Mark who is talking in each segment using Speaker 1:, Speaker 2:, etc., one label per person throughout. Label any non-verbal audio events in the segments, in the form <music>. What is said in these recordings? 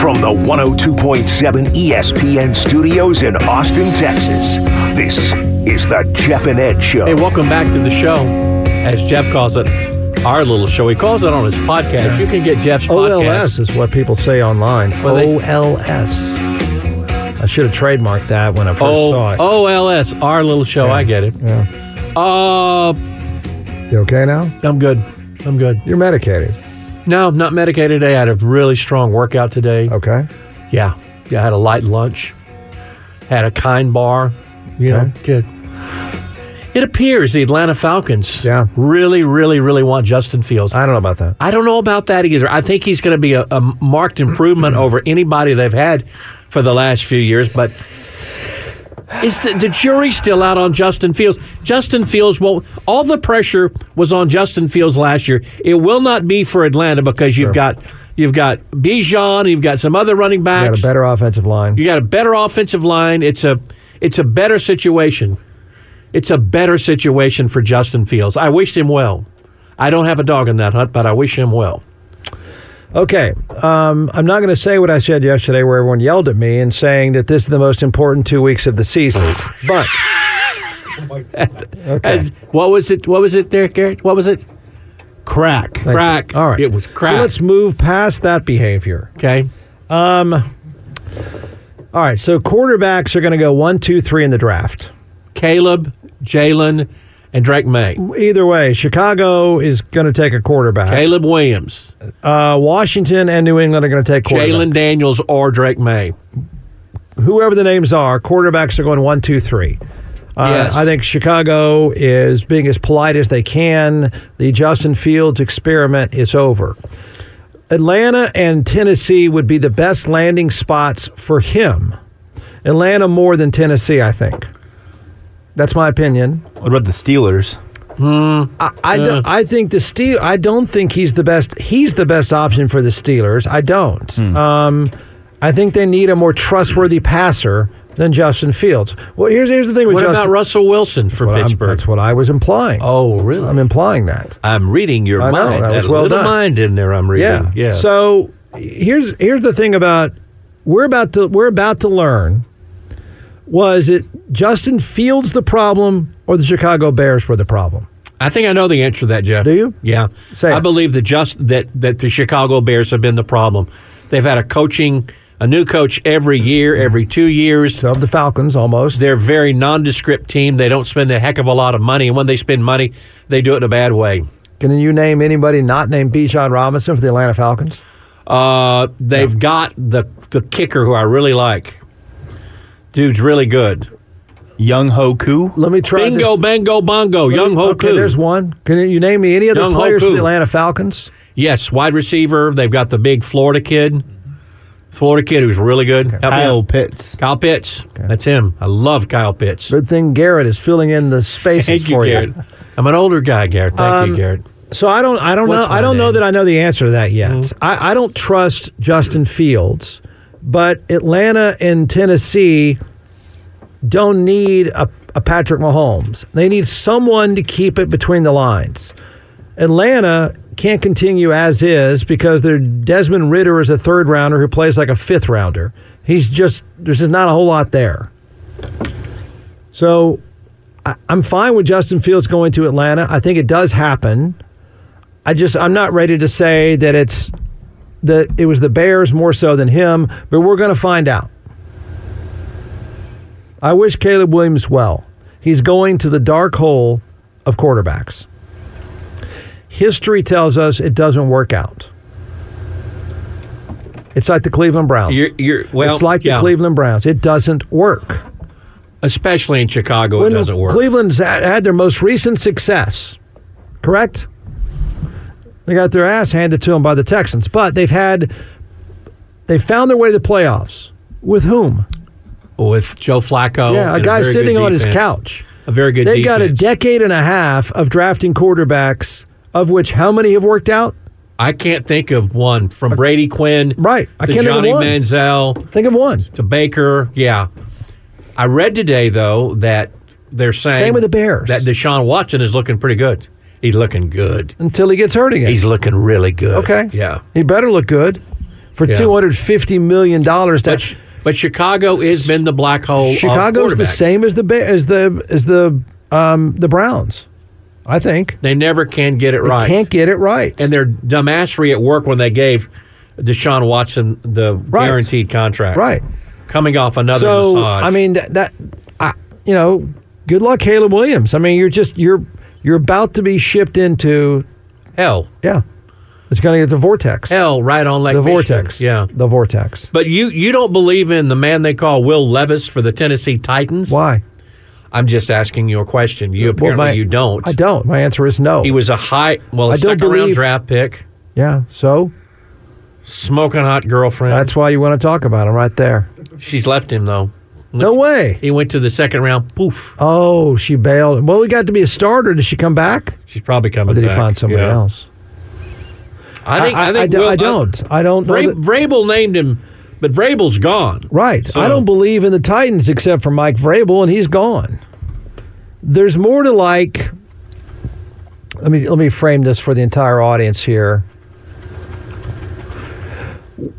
Speaker 1: From the 102.7 ESPN studios in Austin, Texas, this is the Jeff and Ed Show.
Speaker 2: Hey, welcome back to the show. As Jeff calls it, our little show. He calls it on his podcast. You can get Jeff's podcast.
Speaker 3: OLS is what people say online.
Speaker 2: Well, they-
Speaker 3: OLS. I should have trademarked that when I first
Speaker 2: Oh,
Speaker 3: saw it.
Speaker 2: OLS, our little show. I get it.
Speaker 3: Yeah.
Speaker 2: Uh,
Speaker 3: You okay now?
Speaker 2: I'm good. I'm good.
Speaker 3: You're medicated.
Speaker 2: No, I'm not medicated today. I had a really strong workout today.
Speaker 3: Okay.
Speaker 2: Yeah. Yeah, I had a light lunch. Had a kind bar. You know, good. It appears the Atlanta Falcons
Speaker 3: Yeah.
Speaker 2: really, really, really want Justin Fields.
Speaker 3: I don't know about that.
Speaker 2: I don't know about that either. I think he's going to be a, a marked improvement over anybody they've had for the last few years, but is the, the jury still out on Justin Fields? Justin Fields won't. All the pressure was on Justin Fields last year. It will not be for Atlanta because you've got you've got Bijan, you've got some other running
Speaker 3: You got
Speaker 2: backs.
Speaker 3: a better offensive line.
Speaker 2: You got a better offensive line. It's a it's a better situation. It's a better situation for Justin Fields. I wish him well. I don't have a dog in that hunt, but I wish him well.
Speaker 3: Okay. Um, I'm not going to say what I said yesterday where everyone yelled at me and saying that this is the most important two weeks of the season.
Speaker 2: <laughs>
Speaker 3: but
Speaker 2: And what was it? What was it there, Garrett? What was it?
Speaker 4: Crack.
Speaker 3: Thank you.
Speaker 2: Crack.
Speaker 3: All right.
Speaker 2: It was
Speaker 3: So
Speaker 2: crack.
Speaker 3: let's move past that behavior.
Speaker 2: Okay.
Speaker 3: All right. So quarterbacks are going to go one, two, three in the draft.
Speaker 2: Caleb, Jalen, and Drake May.
Speaker 3: Either way, Chicago is going to take a quarterback.
Speaker 2: Caleb Williams,
Speaker 3: Uh, Washington and New England are going to take quarterback.
Speaker 2: Jalen Daniels, or Drake May.
Speaker 3: Whoever the names are, quarterbacks are going one, two, three. Uh,
Speaker 2: Yes.
Speaker 3: I think Chicago is being as polite as they can. The Justin Fields experiment is over. Atlanta and Tennessee would be the best landing spots for him. Atlanta more than Tennessee, I think. That's my opinion.
Speaker 4: What about the Steelers?
Speaker 3: I, do- I think the Steel. I don't think he's the best. He's the best option for the Steelers. I don't.
Speaker 2: Hmm.
Speaker 3: Um, I think they need a more trustworthy passer than Justin Fields. Well, here's here's the thing with
Speaker 2: What
Speaker 3: Justin.
Speaker 2: about Russell Wilson for
Speaker 3: Well, I'm-
Speaker 2: Pittsburgh?
Speaker 3: that's what I was implying.
Speaker 2: oh, really?
Speaker 3: I'm implying that.
Speaker 2: I'm reading your
Speaker 3: I know,
Speaker 2: mind.
Speaker 3: that was
Speaker 2: a
Speaker 3: well
Speaker 2: little
Speaker 3: done.
Speaker 2: mind in there. I'm
Speaker 3: Yeah.
Speaker 2: reading. Yeah.
Speaker 3: So here's here's the thing about we're about to we're about to learn was it Justin Fields the problem or the Chicago Bears were the problem?
Speaker 2: I think I know the answer to that, Jeff.
Speaker 3: Do you?
Speaker 2: Yeah.
Speaker 3: Say
Speaker 2: I
Speaker 3: it.
Speaker 2: believe that just that that the Chicago Bears have been the problem. They've had a coaching, a new coach every year, every two years.
Speaker 3: So of the Falcons almost.
Speaker 2: They're a very nondescript team. They don't spend a heck of a lot of money, and when they spend money, they do it in a bad way.
Speaker 3: Can you name anybody not named Bijan Robinson for the Atlanta Falcons?
Speaker 2: Uh, they've got the the kicker who I really like. Dude's really good.
Speaker 4: Young Hoku?
Speaker 3: Let me try.
Speaker 2: Bingo,
Speaker 3: this.
Speaker 2: bango, bongo, young Hoku.
Speaker 3: Okay, there's one. Can you name me any other
Speaker 2: Young
Speaker 3: players for
Speaker 2: Hoku.
Speaker 3: the Atlanta Falcons?
Speaker 2: Yes, wide receiver. They've got the big Florida kid. Florida kid who's really good. Help me
Speaker 4: Kyle
Speaker 2: out.
Speaker 4: Pitts.
Speaker 2: Kyle Pitts. That's him. I love Kyle Pitts.
Speaker 3: Good thing Garrett is filling in the spaces
Speaker 2: Thank you,
Speaker 3: for
Speaker 2: Garrett. I'm an older guy, Garrett. Thank
Speaker 3: Um,
Speaker 2: you, Garrett.
Speaker 3: So I don't, I don't know,
Speaker 2: What's my
Speaker 3: I don't know
Speaker 2: name? Mm-hmm.
Speaker 3: that I know the answer to that yet. I, I don't trust Justin Fields, but Atlanta and Tennessee don't need a, a Patrick Mahomes. They need someone to keep it between the lines. Atlanta can't continue as is because their Desmond Ritter is a third rounder who plays like a fifth rounder. He's just there's just not a whole lot there. So I, I'm fine with Justin Fields going to Atlanta. I think it does happen. I just I'm not ready to say that it's that it was the Bears more so than him, but we're going to find out. I wish Caleb Williams well. He's going to the dark hole of quarterbacks. History tells us it doesn't work out. It's like the Cleveland Browns.
Speaker 2: You're, you're, well,
Speaker 3: it's like
Speaker 2: yeah,
Speaker 3: the Cleveland Browns. It doesn't work.
Speaker 2: especially in Chicago. it doesn't work.
Speaker 3: Cleveland's had, had their most recent success, correct? They got their ass handed to them by the Texans, but they've had they found their way to the playoffs with whom?
Speaker 2: with Joe Flacco,
Speaker 3: yeah, a
Speaker 2: Oh, and
Speaker 3: guy
Speaker 2: very good
Speaker 3: sitting on his
Speaker 2: defense.
Speaker 3: couch.
Speaker 2: A very good.
Speaker 3: They've got a
Speaker 2: defense.
Speaker 3: decade and a half of drafting quarterbacks, of which how many have worked out?
Speaker 2: I can't think of one from Brady Quinn,
Speaker 3: Right, I
Speaker 2: to
Speaker 3: can't think of
Speaker 2: Johnny
Speaker 3: one.
Speaker 2: Manziel
Speaker 3: Think of one.
Speaker 2: to Baker. Yeah, I read today though that they're saying
Speaker 3: Same with the Bears.
Speaker 2: that Deshaun Watson is looking pretty good. He's looking good.
Speaker 3: Until he gets hurt again.
Speaker 2: He's looking really good.
Speaker 3: okay.
Speaker 2: Yeah.
Speaker 3: He better look good for
Speaker 2: Yeah.
Speaker 3: two hundred fifty million dollars.
Speaker 2: But, Ch- but Chicago has been the black hole. of
Speaker 3: Chicago's the
Speaker 2: quarterbacks.
Speaker 3: same as the Ba- as the as the um, the Browns, I think.
Speaker 2: They never can get it
Speaker 3: They
Speaker 2: right.
Speaker 3: Can't get it right.
Speaker 2: and their dumbassery at work when they gave Deshaun Watson the
Speaker 3: Right.
Speaker 2: guaranteed contract.
Speaker 3: Right.
Speaker 2: Coming off another
Speaker 3: so
Speaker 2: massage.
Speaker 3: I mean that, that I, you know, good luck, Caleb Williams. I mean, you're just you're you're about to be shipped into
Speaker 2: hell,
Speaker 3: yeah, it's going to get the vortex.
Speaker 2: hell, right on like
Speaker 3: the
Speaker 2: Michigan.
Speaker 3: vortex.
Speaker 2: Yeah.
Speaker 3: the vortex.
Speaker 2: But you you don't believe in the man they call Will Levis for the Tennessee Titans?
Speaker 3: Why?
Speaker 2: I'm just asking you a question. You
Speaker 3: Well,
Speaker 2: apparently
Speaker 3: my-
Speaker 2: you don't.
Speaker 3: I don't. My answer is no.
Speaker 2: He was a high, well, a
Speaker 3: I don't
Speaker 2: second round
Speaker 3: believe-
Speaker 2: draft pick,
Speaker 3: yeah. So
Speaker 2: smoking hot girlfriend.
Speaker 3: that's why you want to talk about him right there.
Speaker 2: She's left him though.
Speaker 3: No way.
Speaker 2: He went to the second round. Poof.
Speaker 3: Oh, she bailed. Well, he got to be a starter. Did she come back?
Speaker 2: She's probably coming.
Speaker 3: Or did he
Speaker 2: back,
Speaker 3: find somebody
Speaker 2: yeah.
Speaker 3: else?
Speaker 2: I think. I,
Speaker 3: I,
Speaker 2: think.
Speaker 3: do-
Speaker 2: Will-
Speaker 3: I don't. I don't. know
Speaker 2: Vra-
Speaker 3: that-
Speaker 2: Vrabel named him, but Vrabel's gone.
Speaker 3: right.
Speaker 2: So-
Speaker 3: I don't believe in the Titans except for Mike Vrabel, and he's gone. There's more to like. Let me let me frame this for the entire audience here.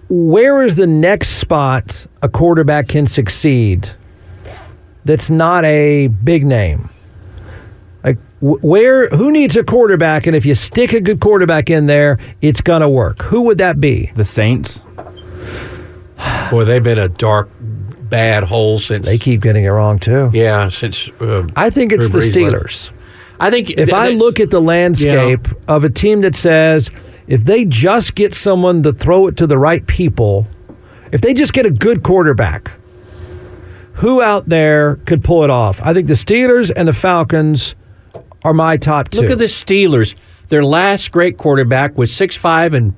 Speaker 3: Where is the next spot a quarterback can succeed? That's not a big name. Like wh- where? Who needs a quarterback? And if you stick a good quarterback in there, it's gonna work. Who would that be?
Speaker 4: The Saints.
Speaker 2: Boy, they've been a dark, bad hole since.
Speaker 3: They keep getting it wrong too.
Speaker 2: yeah, since. Uh,
Speaker 3: I think it's
Speaker 2: Drew
Speaker 3: the
Speaker 2: Brees left.
Speaker 3: Steelers.
Speaker 2: I think
Speaker 3: If I look at the landscape of a team that says if they just get someone to throw it to the right people, if they just get a good quarterback, who out there could pull it off? I think the Steelers and the Falcons are my top two.
Speaker 2: look at the Steelers, their last great quarterback was six five and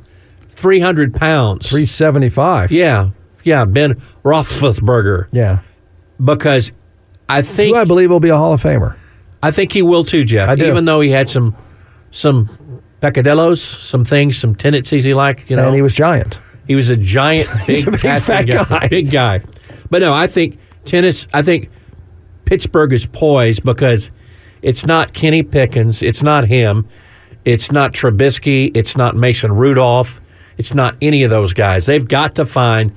Speaker 2: three hundred pounds.
Speaker 3: 375.
Speaker 2: Yeah, yeah, Ben Roethlisberger.
Speaker 3: Yeah.
Speaker 2: Because I think
Speaker 3: Who I believe will be a Hall of Famer.
Speaker 2: I think he will too, Jeff.
Speaker 3: I do.
Speaker 2: Even though he had some some peccadillos, some things, some tendencies he liked. You know,
Speaker 3: And he was giant.
Speaker 2: He was a
Speaker 3: <laughs>
Speaker 2: giant, big,
Speaker 3: a big
Speaker 2: passing
Speaker 3: fat guy.
Speaker 2: big guy. But no, I think tennis. I think Pittsburgh is poised because it's not Kenny Pickens, it's not him, it's not Trubisky, it's not Mason Rudolph, it's not any of those guys. They've got to find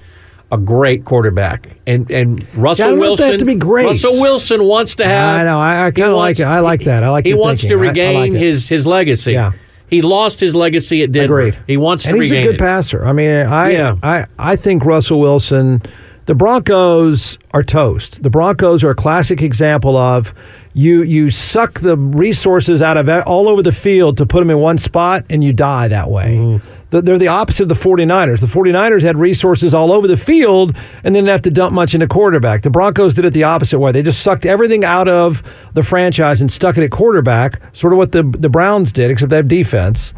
Speaker 2: a great quarterback, and and Russell
Speaker 3: don't know if they
Speaker 2: Wilson
Speaker 3: have to be great.
Speaker 2: Russell Wilson wants to have.
Speaker 3: I know. I- I
Speaker 2: he
Speaker 3: kinda like
Speaker 2: wants-
Speaker 3: it. I like that. I like
Speaker 2: He
Speaker 3: your
Speaker 2: wants
Speaker 3: thinking. I-
Speaker 2: to
Speaker 3: I
Speaker 2: regain
Speaker 3: like it.
Speaker 2: his his legacy.
Speaker 3: Yeah.
Speaker 2: He lost his legacy at Denver.
Speaker 3: Agreed.
Speaker 2: He wants
Speaker 3: and
Speaker 2: to
Speaker 3: he's
Speaker 2: regain
Speaker 3: a good
Speaker 2: it.
Speaker 3: passer. I mean, I,
Speaker 2: Yeah.
Speaker 3: I, I think Russell Wilson, the Broncos are toast. The Broncos are a classic example of you you suck the resources out of it all over the field to put them in one spot and you die that way.
Speaker 2: Mm-hmm.
Speaker 3: The- They're the opposite of the 49ers. The 49ers had resources all over the field and didn't have to dump much into quarterback. The Broncos did it the opposite way. They just sucked everything out of the franchise and stuck it at quarterback, sort of what the, the Browns did, except they have defense.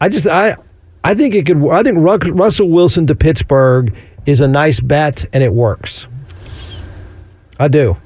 Speaker 3: I just I I think it could. I think Ruck, Russell Wilson to Pittsburgh is a nice bet, and it works. I do.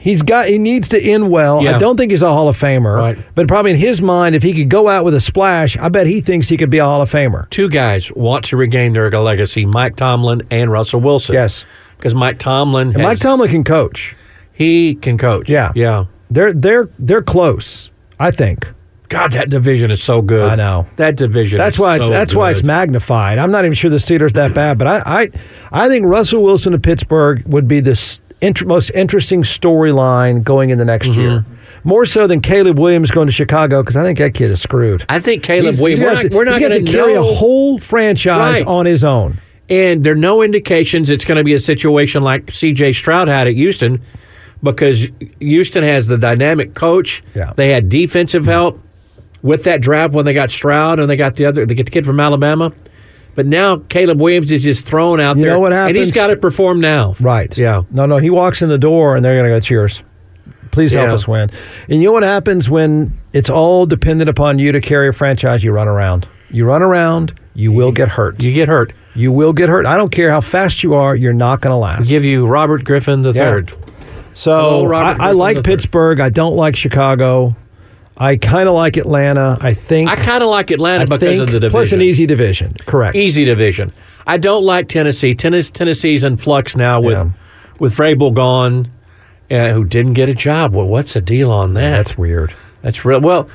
Speaker 3: He's got. He needs to end well.
Speaker 2: Yeah.
Speaker 3: I don't think he's a Hall of Famer,
Speaker 2: Right.
Speaker 3: but probably in his mind, if he could go out with a splash, I bet he thinks he could be a Hall of Famer.
Speaker 2: two guys want to regain their legacy: Mike Tomlin and Russell Wilson.
Speaker 3: Yes.
Speaker 2: because Mike Tomlin,
Speaker 3: And
Speaker 2: has,
Speaker 3: Mike Tomlin can coach.
Speaker 2: he can coach.
Speaker 3: Yeah.
Speaker 2: yeah.
Speaker 3: They're they're they're close. I think.
Speaker 2: God, that division is so good.
Speaker 3: I know.
Speaker 2: that division.
Speaker 3: That's
Speaker 2: is
Speaker 3: why it's
Speaker 2: so
Speaker 3: that's why
Speaker 2: good.
Speaker 3: it's magnified. I'm not even sure the Steelers that bad, but I I, I think Russell Wilson to Pittsburgh would be the s- inter- most interesting storyline going in the next
Speaker 2: Mm-hmm.
Speaker 3: year, more so than Caleb Williams going to Chicago because I think that kid is screwed.
Speaker 2: I think Caleb
Speaker 3: He's-
Speaker 2: Williams.
Speaker 3: he's
Speaker 2: We're
Speaker 3: got
Speaker 2: not,
Speaker 3: to-
Speaker 2: we're not
Speaker 3: he's got
Speaker 2: going
Speaker 3: to carry
Speaker 2: know,
Speaker 3: a whole franchise
Speaker 2: Right.
Speaker 3: on his own.
Speaker 2: and there are no indications it's going to be a situation like C.J. Stroud had at Houston, because Houston has the dynamic coach.
Speaker 3: Yeah.
Speaker 2: they had defensive help with that draft when they got Stroud and they got the other they get the kid from Alabama. But now Caleb Williams is just thrown out
Speaker 3: You
Speaker 2: there.
Speaker 3: know what
Speaker 2: And he's
Speaker 3: happens?
Speaker 2: got to perform now.
Speaker 3: Right.
Speaker 2: Yeah.
Speaker 3: No, no, he walks in the door and they're going to go, cheers. Please help
Speaker 2: Yeah.
Speaker 3: us win. And you know what happens when it's all dependent upon you to carry a franchise? You run around. You run around, you will get hurt.
Speaker 2: You get hurt.
Speaker 3: You will get hurt. I don't care how fast you are, you're not going to last.
Speaker 2: Give you Robert Griffin the third. Hello,
Speaker 3: So
Speaker 2: Robert
Speaker 3: I, I
Speaker 2: Griffin
Speaker 3: like
Speaker 2: III.
Speaker 3: Pittsburgh. I don't like Chicago. I kind of like Atlanta. I think.
Speaker 2: I kind of like Atlanta
Speaker 3: I
Speaker 2: because
Speaker 3: think,
Speaker 2: of the division.
Speaker 3: Plus an easy division. Correct.
Speaker 2: easy division. I don't like Tennessee. Tennis, Tennessee's in flux now with
Speaker 3: Yeah.
Speaker 2: with Vrabel gone, uh, who didn't get a job. Well, what's the deal on that?
Speaker 3: That's weird.
Speaker 2: That's real. Well,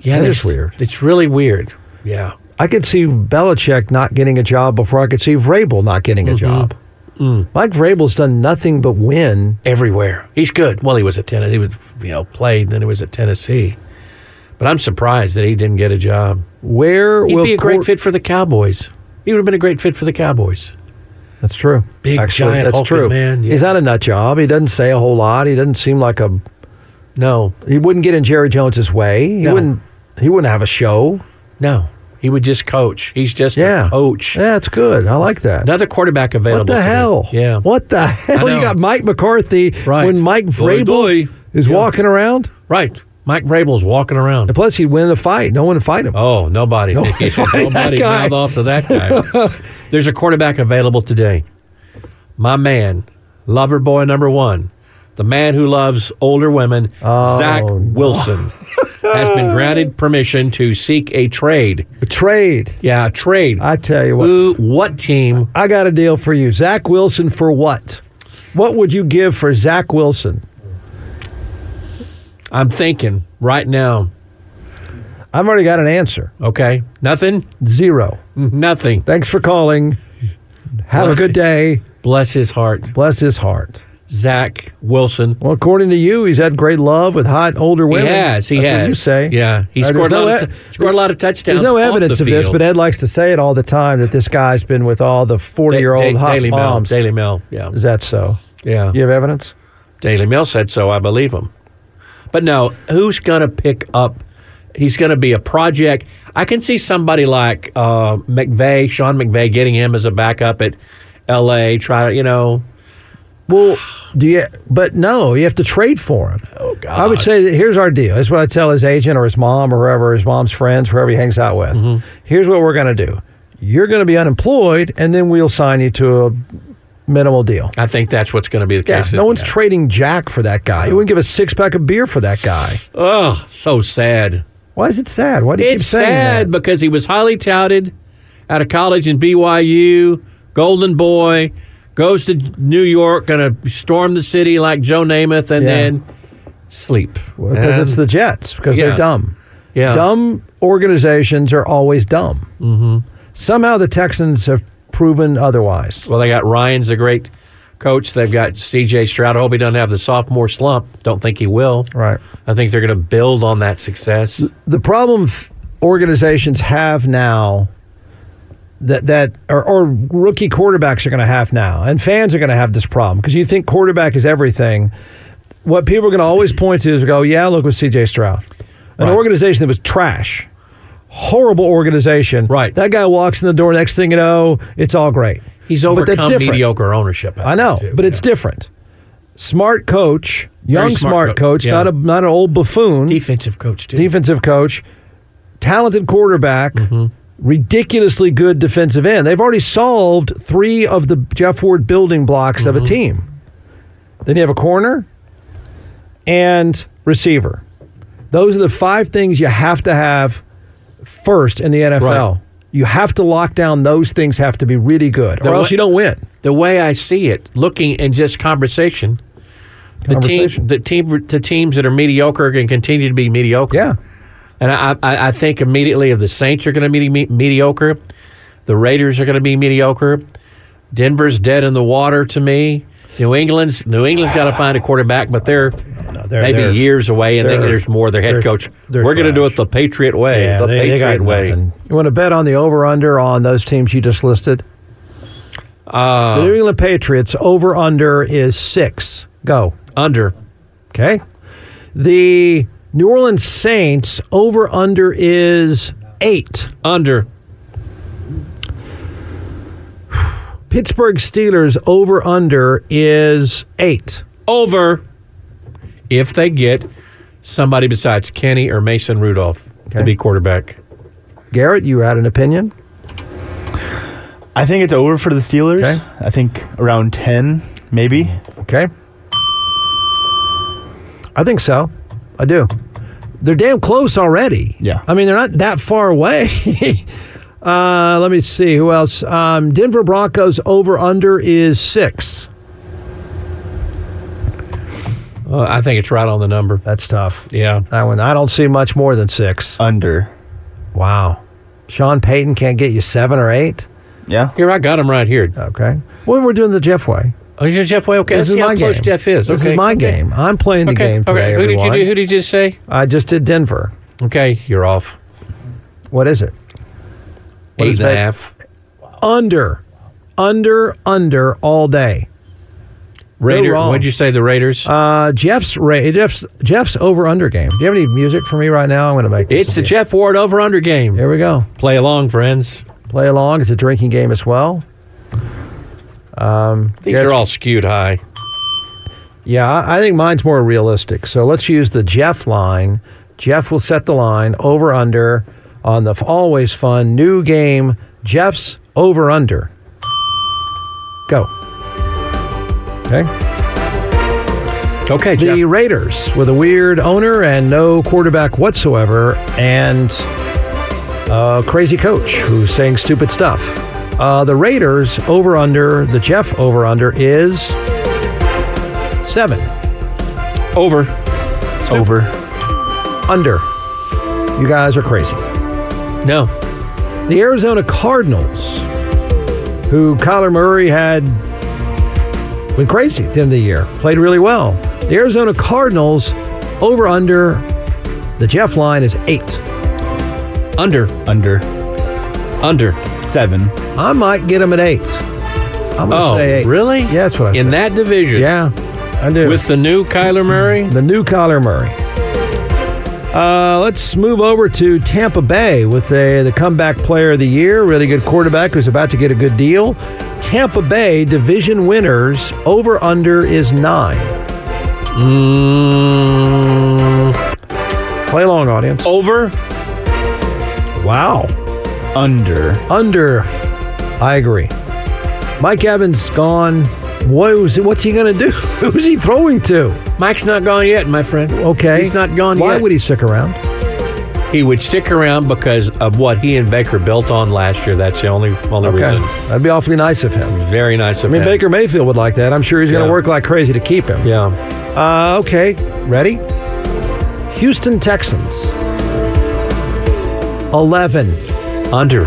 Speaker 2: yeah,
Speaker 3: That
Speaker 2: that's
Speaker 3: is weird.
Speaker 2: It's really weird. Yeah,
Speaker 3: I could see Belichick not getting a job before I could see Vrabel not getting a
Speaker 2: Mm-hmm.
Speaker 3: job.
Speaker 2: Mm.
Speaker 3: Mike Vrabel's done nothing but win.
Speaker 2: everywhere. He's good. Well, he was at Tennessee. He was you know played. Then he was at Tennessee. But I'm surprised that he didn't get a job.
Speaker 3: Where
Speaker 2: He'd
Speaker 3: will
Speaker 2: be a great
Speaker 3: Cor-
Speaker 2: fit for the Cowboys. He would have been a great fit for the Cowboys.
Speaker 3: That's true.
Speaker 2: Big,
Speaker 3: Actually,
Speaker 2: giant, hulking
Speaker 3: that's true.
Speaker 2: man, yeah.
Speaker 3: He's not a nut job. He doesn't say a whole lot. He doesn't seem like a.
Speaker 2: No,
Speaker 3: He wouldn't get in Jerry Jones's way. He
Speaker 2: No.
Speaker 3: wouldn't. He wouldn't have a show.
Speaker 2: no. He would just coach. He's just
Speaker 3: Yeah,
Speaker 2: a coach.
Speaker 3: Yeah, that's good. I like that.
Speaker 2: Another quarterback available.
Speaker 3: What the
Speaker 2: to me.
Speaker 3: hell?
Speaker 2: Yeah.
Speaker 3: What the hell?
Speaker 2: know.
Speaker 3: You got Mike McCarthy
Speaker 2: Right.
Speaker 3: when Mike
Speaker 2: Doy,
Speaker 3: Vrabel
Speaker 2: doy.
Speaker 3: is
Speaker 2: Yeah.
Speaker 3: walking around.
Speaker 2: Right. Mike Vrabel's walking around.
Speaker 3: And plus, he'd win the fight. No one would fight him.
Speaker 2: Oh, nobody. <laughs> Nobody,
Speaker 3: <laughs> that
Speaker 2: nobody
Speaker 3: guy.
Speaker 2: mouth off to that
Speaker 3: <laughs>
Speaker 2: guy. There's a quarterback available today. My man, lover boy number one, the man who loves older women, Zach
Speaker 3: Oh, no.
Speaker 2: Wilson, has been granted permission to seek a trade.
Speaker 3: Trade.
Speaker 2: Yeah, a trade.
Speaker 3: I tell you what.
Speaker 2: Who, what team?
Speaker 3: I got a deal for you. Zach Wilson for what? What would you give for Zach Wilson?
Speaker 2: I'm thinking right now.
Speaker 3: I've already got an answer.
Speaker 2: Okay. Nothing?
Speaker 3: Zero.
Speaker 2: Nothing.
Speaker 3: Thanks for calling. Have
Speaker 2: Bless
Speaker 3: a good
Speaker 2: you.
Speaker 3: day.
Speaker 2: Bless his heart.
Speaker 3: Bless his heart.
Speaker 2: Zach Wilson
Speaker 3: Well, according to you, he's had great love with hot older women.
Speaker 2: He has. He
Speaker 3: That's
Speaker 2: has.
Speaker 3: What you say?
Speaker 2: Yeah. He
Speaker 3: Uh, there's
Speaker 2: scored, a
Speaker 3: no
Speaker 2: lot of
Speaker 3: e-
Speaker 2: t- scored a lot of touchdowns.
Speaker 3: There's no
Speaker 2: off
Speaker 3: evidence
Speaker 2: the
Speaker 3: of this,
Speaker 2: field.
Speaker 3: but Ed likes to say it all the time that this guy's been with all the 40 year
Speaker 2: Da-
Speaker 3: old
Speaker 2: Da-
Speaker 3: hot
Speaker 2: Daily
Speaker 3: moms.
Speaker 2: Mail. Daily Mail. Yeah.
Speaker 3: Is that so?
Speaker 2: Yeah.
Speaker 3: You have evidence?
Speaker 2: Daily Mail said so. I believe him. But no, who's going to pick up? He's going to be a project. I can see somebody like uh, McVeigh, Sean McVeigh, getting him as a backup at L.A. Try to, you know,
Speaker 3: Well, do you? But no, you have to trade for him.
Speaker 2: <sighs> Oh, God.
Speaker 3: I would say that here's our deal. That's what I tell his agent or his mom or whoever his mom's friends, whoever he hangs out with.
Speaker 2: Mm-hmm.
Speaker 3: Here's what we're going to do. You're going to be unemployed, and then we'll sign you to a minimal deal.
Speaker 2: I think that's what's going to be the
Speaker 3: Yeah,
Speaker 2: case.
Speaker 3: no one's trading Jack for that guy. He wouldn't give a six pack of beer for that guy.
Speaker 2: oh, so sad.
Speaker 3: Why is it sad? Why do you
Speaker 2: It's
Speaker 3: keep saying
Speaker 2: sad
Speaker 3: that?
Speaker 2: because he was highly touted out of college in BYU, golden boy, goes to New York, going to storm the city like Joe Namath, and
Speaker 3: Yeah.
Speaker 2: then sleep.
Speaker 3: Because it's
Speaker 2: And-
Speaker 3: the Jets. Because
Speaker 2: Yeah.
Speaker 3: they're dumb.
Speaker 2: yeah.
Speaker 3: Dumb organizations are always dumb. Mm-hmm. Somehow the Texans have proven otherwise.
Speaker 2: Well, they got Ryan's a great coach. They've got C.J. Stroud. I hope he doesn't have the sophomore slump. Don't think he will.
Speaker 3: Right.
Speaker 2: I think they're going to build on that success.
Speaker 3: the problem f- organizations have now that that or, or rookie quarterbacks are going to have now, and fans are going to have this problem because you think quarterback is everything. What people are going to always point to is go, yeah, look with C.J. Stroud, an
Speaker 2: Right.
Speaker 3: organization that was trash, horrible organization.
Speaker 2: Right.
Speaker 3: That guy walks in the door. Next thing you know, it's all great.
Speaker 2: He's
Speaker 3: But that's
Speaker 2: overcome
Speaker 3: different.
Speaker 2: mediocre ownership.
Speaker 3: I
Speaker 2: think,
Speaker 3: know,
Speaker 2: too.
Speaker 3: but it's
Speaker 2: Yeah.
Speaker 3: different. Smart coach, young
Speaker 2: smart
Speaker 3: smart,
Speaker 2: coach,
Speaker 3: coach,
Speaker 2: yeah.
Speaker 3: not a not an old buffoon
Speaker 2: defensive coach too.
Speaker 3: defensive coach, talented quarterback, ridiculously good defensive end. They've already solved three of the Jeff Ward building blocks of a team. Then you have a corner and receiver. Those are the five things you have to have first in the NFL.
Speaker 2: Right.
Speaker 3: You have to lock down those things have to be really good,
Speaker 2: The
Speaker 3: or else
Speaker 2: way-
Speaker 3: you don't win.
Speaker 2: the way I see it, looking and just conversation, the team,
Speaker 3: Conversation.
Speaker 2: the team, the teams that are mediocre can continue to be mediocre.
Speaker 3: Yeah.
Speaker 2: and I, I, I think immediately of the Saints are going to be me- mediocre, the Raiders are going to be mediocre, Denver's dead in the water to me. New England's New England's got to find a quarterback, but they're,
Speaker 3: they're-
Speaker 2: maybe
Speaker 3: they're-
Speaker 2: years away, and then
Speaker 3: they're-
Speaker 2: there's more. Their head
Speaker 3: they're-
Speaker 2: coach,
Speaker 3: they're
Speaker 2: we're going to do
Speaker 3: trash.
Speaker 2: it the Patriot way, the Patriot way.
Speaker 3: nothing. You want to bet on the over under on those teams you just listed? the New England Patriots over under is six. Go.
Speaker 2: Under
Speaker 3: Okay. The New Orleans Saints over under is eight.
Speaker 2: under
Speaker 3: Pittsburgh Steelers over under is eight.
Speaker 2: Over if they get somebody besides Kenny or Mason Rudolph to
Speaker 3: Okay.
Speaker 2: be quarterback.
Speaker 3: Garrett, you had an opinion?
Speaker 4: I think it's over for the Steelers.
Speaker 3: Okay.
Speaker 4: I think around 10, maybe.
Speaker 3: Okay. I think so. I do. They're damn close already.
Speaker 4: Yeah.
Speaker 3: I mean, they're not that far away. <laughs> uh, let me see. Who else? Um, Denver Broncos over under is six.
Speaker 2: Uh, I think it's right on the number.
Speaker 3: That's tough.
Speaker 2: Yeah.
Speaker 3: That one. I don't see much more than six.
Speaker 4: Under.
Speaker 3: Wow. Sean Payton can't get you seven or eight.
Speaker 4: Yeah.
Speaker 2: Here, I got him right here.
Speaker 3: Okay. When we're doing the Jeff way.
Speaker 2: Oh, you're Jeff Way? Okay. Let's
Speaker 3: This is
Speaker 2: see how
Speaker 3: my
Speaker 2: close
Speaker 3: game.
Speaker 2: Jeff is.
Speaker 3: This
Speaker 2: Okay,
Speaker 3: is my
Speaker 2: okay.
Speaker 3: game. I'm playing the
Speaker 2: Okay.
Speaker 3: game today.
Speaker 2: okay. Who did you
Speaker 3: everyone.
Speaker 2: do? Who did you just say?
Speaker 3: I just did Denver.
Speaker 2: Okay. You're off.
Speaker 3: What is it?
Speaker 2: Eight
Speaker 3: is
Speaker 2: and a
Speaker 3: that?
Speaker 2: half.
Speaker 3: Under, under, under all day.
Speaker 2: Raider.
Speaker 3: wrong.
Speaker 2: What'd you say? The Raiders.
Speaker 3: Uh, Jeff's Ray, Jeff's Jeff's over under game. Do you have any music for me right now? I'm going to make this
Speaker 2: it's the
Speaker 3: a-
Speaker 2: Jeff Ward over under game.
Speaker 3: Here we go.
Speaker 2: Play along, friends.
Speaker 3: Play along. It's a drinking game as well.
Speaker 2: These
Speaker 3: Yeah,
Speaker 2: are all skewed high.
Speaker 3: Yeah, I I think mine's more realistic. So let's use the Jeff line. Jeff will set the line over under on the f- always fun new game. Jeff's over under. Go. Okay.
Speaker 2: Okay,
Speaker 3: The
Speaker 2: Jeff.
Speaker 3: Raiders with a weird owner and no quarterback whatsoever, and a crazy coach who's saying stupid stuff. Uh, the Raiders over under, the Jeff over under is seven
Speaker 2: Over.
Speaker 4: Over.
Speaker 3: under. You guys are crazy.
Speaker 2: No.
Speaker 3: The Arizona Cardinals, who Kyler Murray had went crazy at the end of the year, played really well. The Arizona Cardinals over under the Jeff line is eight.
Speaker 2: Under.
Speaker 4: Under.
Speaker 2: Under.
Speaker 4: Seven.
Speaker 3: I might get them at eight. I'm gonna
Speaker 2: Oh,
Speaker 3: say eight.
Speaker 2: really?
Speaker 3: Yeah, that's what I
Speaker 2: In
Speaker 3: said.
Speaker 2: that division.
Speaker 3: yeah, I do.
Speaker 2: With the new Kyler Murray.
Speaker 3: the new Kyler Murray. Uh, let's move over to Tampa Bay with a, the comeback player of the year. Really good quarterback who's about to get a good deal. Tampa Bay division winners over under is nine.
Speaker 2: Mm,
Speaker 3: Play along, audience.
Speaker 2: over.
Speaker 3: wow.
Speaker 4: Under.
Speaker 3: Under. I agree. Mike Evans gone. What was, what's he going to do? <laughs> Who's he throwing to?
Speaker 2: Mike's not gone yet, my friend.
Speaker 3: Okay.
Speaker 2: He's not gone
Speaker 3: Why
Speaker 2: yet.
Speaker 3: would he stick around?
Speaker 2: He would stick around because of what he and Baker built on last year. That's the only only
Speaker 3: Okay.
Speaker 2: reason.
Speaker 3: That'd be awfully nice of him.
Speaker 2: Very nice of
Speaker 3: I mean,
Speaker 2: him.
Speaker 3: Baker Mayfield would like that. I'm sure he's going to
Speaker 2: Yeah.
Speaker 3: work like crazy to keep him.
Speaker 2: Yeah.
Speaker 3: Uh, okay, ready? Houston Texans. 11.
Speaker 2: Under.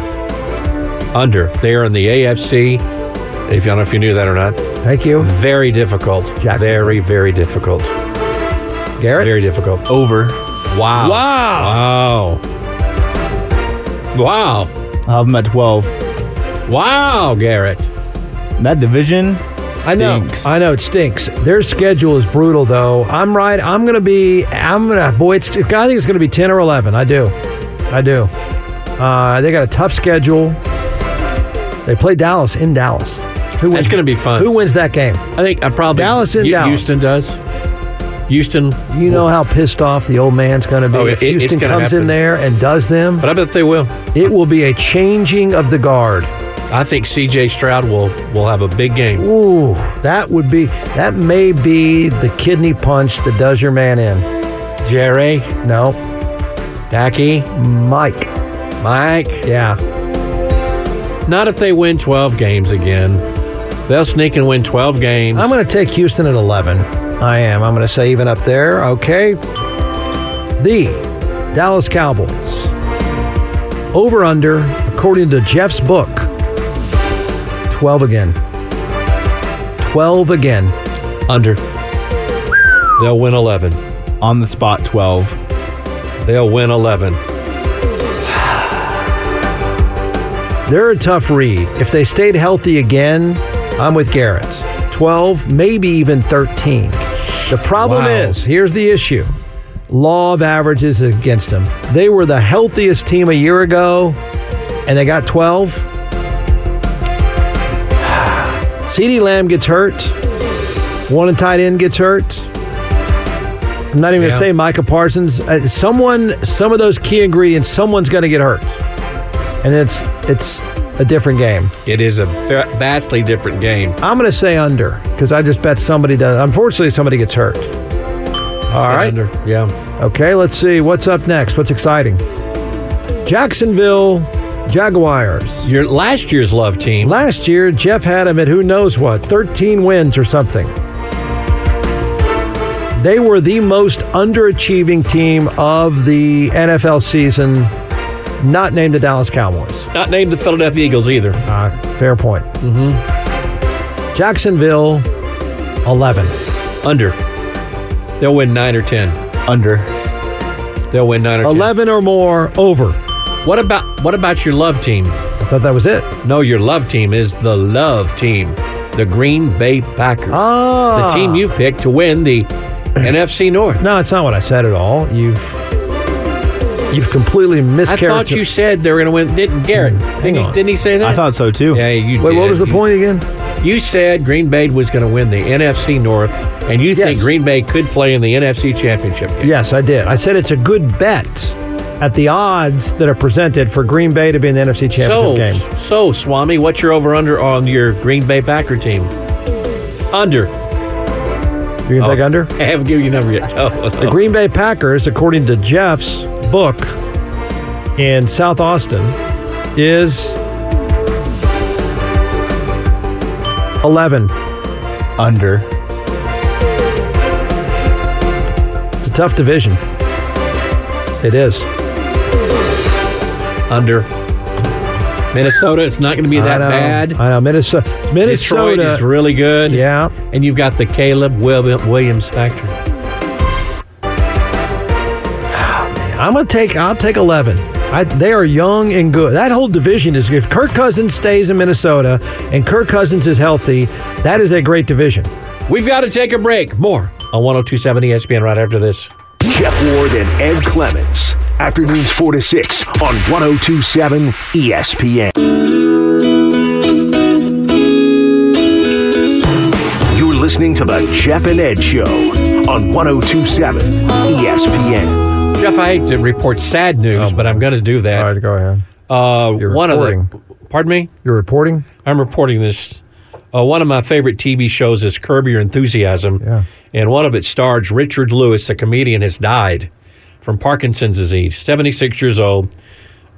Speaker 2: Under. They are in the AFC. If I don't know if you knew that or not.
Speaker 3: Thank you.
Speaker 2: Very difficult.
Speaker 3: Jack.
Speaker 2: Very, very difficult.
Speaker 3: Garrett?
Speaker 2: Very difficult.
Speaker 4: Over.
Speaker 2: Wow. Wow. Wow.
Speaker 4: I'll have them at 12.
Speaker 2: Wow, Garrett.
Speaker 4: That division stinks.
Speaker 3: I know. I know it stinks. Their schedule is brutal though. I'm right. I'm going to be I'm going to boy it's I think it's going to be 10 or 11. I do. I do. Uh, they got a tough schedule. They play Dallas in Dallas. Who wins?
Speaker 2: That's going to be fun.
Speaker 3: Who wins that game?
Speaker 2: I think I probably
Speaker 3: Dallas and
Speaker 2: Hu-
Speaker 3: Dallas.
Speaker 2: Houston does. Houston,
Speaker 3: You know how pissed off the old man's going to be
Speaker 2: Oh,
Speaker 3: if
Speaker 2: it- it's
Speaker 3: Houston
Speaker 2: gonna
Speaker 3: comes in
Speaker 2: happen.
Speaker 3: there and does them.
Speaker 2: but I bet they will.
Speaker 3: It will be a changing of the guard.
Speaker 2: I think C.J. Stroud will will have a big game.
Speaker 3: Ooh, that would be that may be the kidney punch that does your man in.
Speaker 2: Jerry,
Speaker 3: No,
Speaker 2: Dackey,
Speaker 3: Mike.
Speaker 2: Mike.
Speaker 3: Yeah,
Speaker 2: Not if they win 12 games again. They'll sneak and win 12 games.
Speaker 3: I'm going to take Houston at 11. I am. I'm going to say even up there. Okay. The Dallas Cowboys over under according to Jeff's book 12 again. 12 again.
Speaker 2: Under. They'll win 11.
Speaker 4: On the spot 12.
Speaker 2: They'll win 11.
Speaker 3: They're a tough read. If they stayed healthy again, I'm with Garrett. 12, maybe even 13. The problem
Speaker 2: Wow.
Speaker 3: is here's the issue law of averages is against them. They were the healthiest team a year ago, and they got 12. CD Lamb gets hurt. One and tight end gets hurt. I'm not even
Speaker 2: Yeah.
Speaker 3: going to say Micah Parsons. Uh, someone, some of those key ingredients, someone's going to get hurt, and it's it's a different game.
Speaker 2: It is a va- vastly different game.
Speaker 3: I'm going to say under because I just bet somebody does. Unfortunately, somebody gets hurt. All right.
Speaker 2: Under. Yeah.
Speaker 3: Okay, let's see. What's up next? What's exciting? Jacksonville Jaguars.
Speaker 2: Your last year's love team.
Speaker 3: Last year, Jeff had them at who knows what, 13 wins or something. They were the most underachieving team of the NFL season, not named the Dallas Cowboys.
Speaker 2: Not named the Philadelphia Eagles either.
Speaker 3: Uh, fair point. Mm-hmm.
Speaker 2: Mm-hmm.
Speaker 3: Jacksonville, 11.
Speaker 2: Under. They'll win nine or ten.
Speaker 4: Under.
Speaker 2: They'll win nine or
Speaker 3: 11 or more, over.
Speaker 2: ten. What about what about your love team?
Speaker 3: I thought that was it.
Speaker 2: No, your love team is the love team, the Green Bay Packers.
Speaker 3: Ah.
Speaker 2: The team you picked to win
Speaker 3: <clears throat>
Speaker 2: the NFC North.
Speaker 3: No, it's not what I said at all. You've you've completely
Speaker 2: I
Speaker 3: mischaracterized.
Speaker 2: thought you said they're going to win. Didn't Garrett?
Speaker 3: Mm-hmm. hang
Speaker 2: didn't, he,
Speaker 3: on.
Speaker 2: didn't he say that?
Speaker 4: I thought so too.
Speaker 2: Yeah, you
Speaker 3: Wait,
Speaker 2: did.
Speaker 3: what was the
Speaker 2: You-
Speaker 3: point again?
Speaker 2: You said Green Bay was going to win the NFC North, and you think
Speaker 3: Yes.
Speaker 2: Green Bay could play in the NFC Championship game.
Speaker 3: Yes, I did. I said it's a good bet at the odds that are presented for Green Bay to be in the NFC Championship
Speaker 2: So,
Speaker 3: game.
Speaker 2: so Swami, what's your over/under on your Green Bay Packer team? Under. <laughs>
Speaker 3: You're gonna
Speaker 2: Oh.
Speaker 3: take under?
Speaker 2: I haven't given you a number yet. Oh, No, no.
Speaker 3: The Green Bay Packers, according to Jeff's book in South Austin, is eleven.
Speaker 4: Under.
Speaker 3: It's a tough division. It is.
Speaker 2: <laughs> Under. Minnesota, it's not going to be that
Speaker 3: I know,
Speaker 2: bad.
Speaker 3: I know. Minnesota.
Speaker 2: Detroit
Speaker 3: Minnesota.
Speaker 2: is really good.
Speaker 3: yeah.
Speaker 2: And you've got the Caleb Wil- Williams factor.
Speaker 3: I'm gonna take. I'll take 11. I, they are young and good. That whole division is. If Kirk Cousins stays in Minnesota and Kirk Cousins is healthy, that is a great division.
Speaker 2: We've got to take a break. More on 1027 ESPN right after this.
Speaker 1: Jeff Ward and Ed Clements. Afternoons 4 to 6 on 1027 ESPN. You're listening to The Jeff and Ed Show on 1027 E ESPN.
Speaker 2: Jeff, I hate to report sad
Speaker 3: Oh,
Speaker 2: news, but I'm going to do that.
Speaker 3: go ahead.
Speaker 2: Uh, one of
Speaker 3: reporting.
Speaker 2: the, pardon me,
Speaker 3: You're reporting.
Speaker 2: I'm reporting this. Uh, one of my favorite TV shows is Curb Your Enthusiasm,
Speaker 3: Yeah.
Speaker 2: and one of its stars, Richard Lewis, the comedian, has died from Parkinson's disease. 76 years old.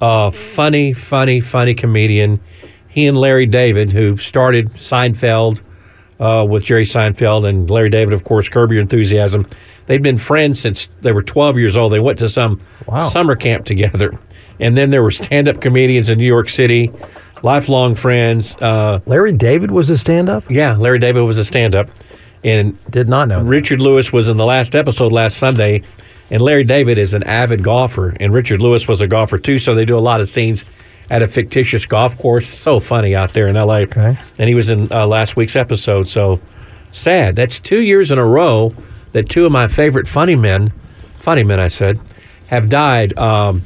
Speaker 2: Uh, funny, funny, funny comedian. He and Larry David, who started Seinfeld uh, with Jerry Seinfeld and Larry David, of course, Curb Your Enthusiasm. They'd been friends since they were 12 years old. They went to some summer camp together. And then there were stand up comedians in New York City, lifelong friends. Uh,
Speaker 3: Larry David was a stand-up.
Speaker 2: yeah, Larry David was a stand up. And
Speaker 3: Did not know. that.
Speaker 2: Richard Lewis was in the last episode last Sunday, and Larry David is an avid golfer, and Richard Lewis was a golfer too, so they do a lot of scenes at a fictitious golf course. So funny out there in LA.
Speaker 3: Okay.
Speaker 2: And he was in uh, last week's episode, so sad. That's two years in a row that two of my favorite funny men, funny men, I said, have died. Um,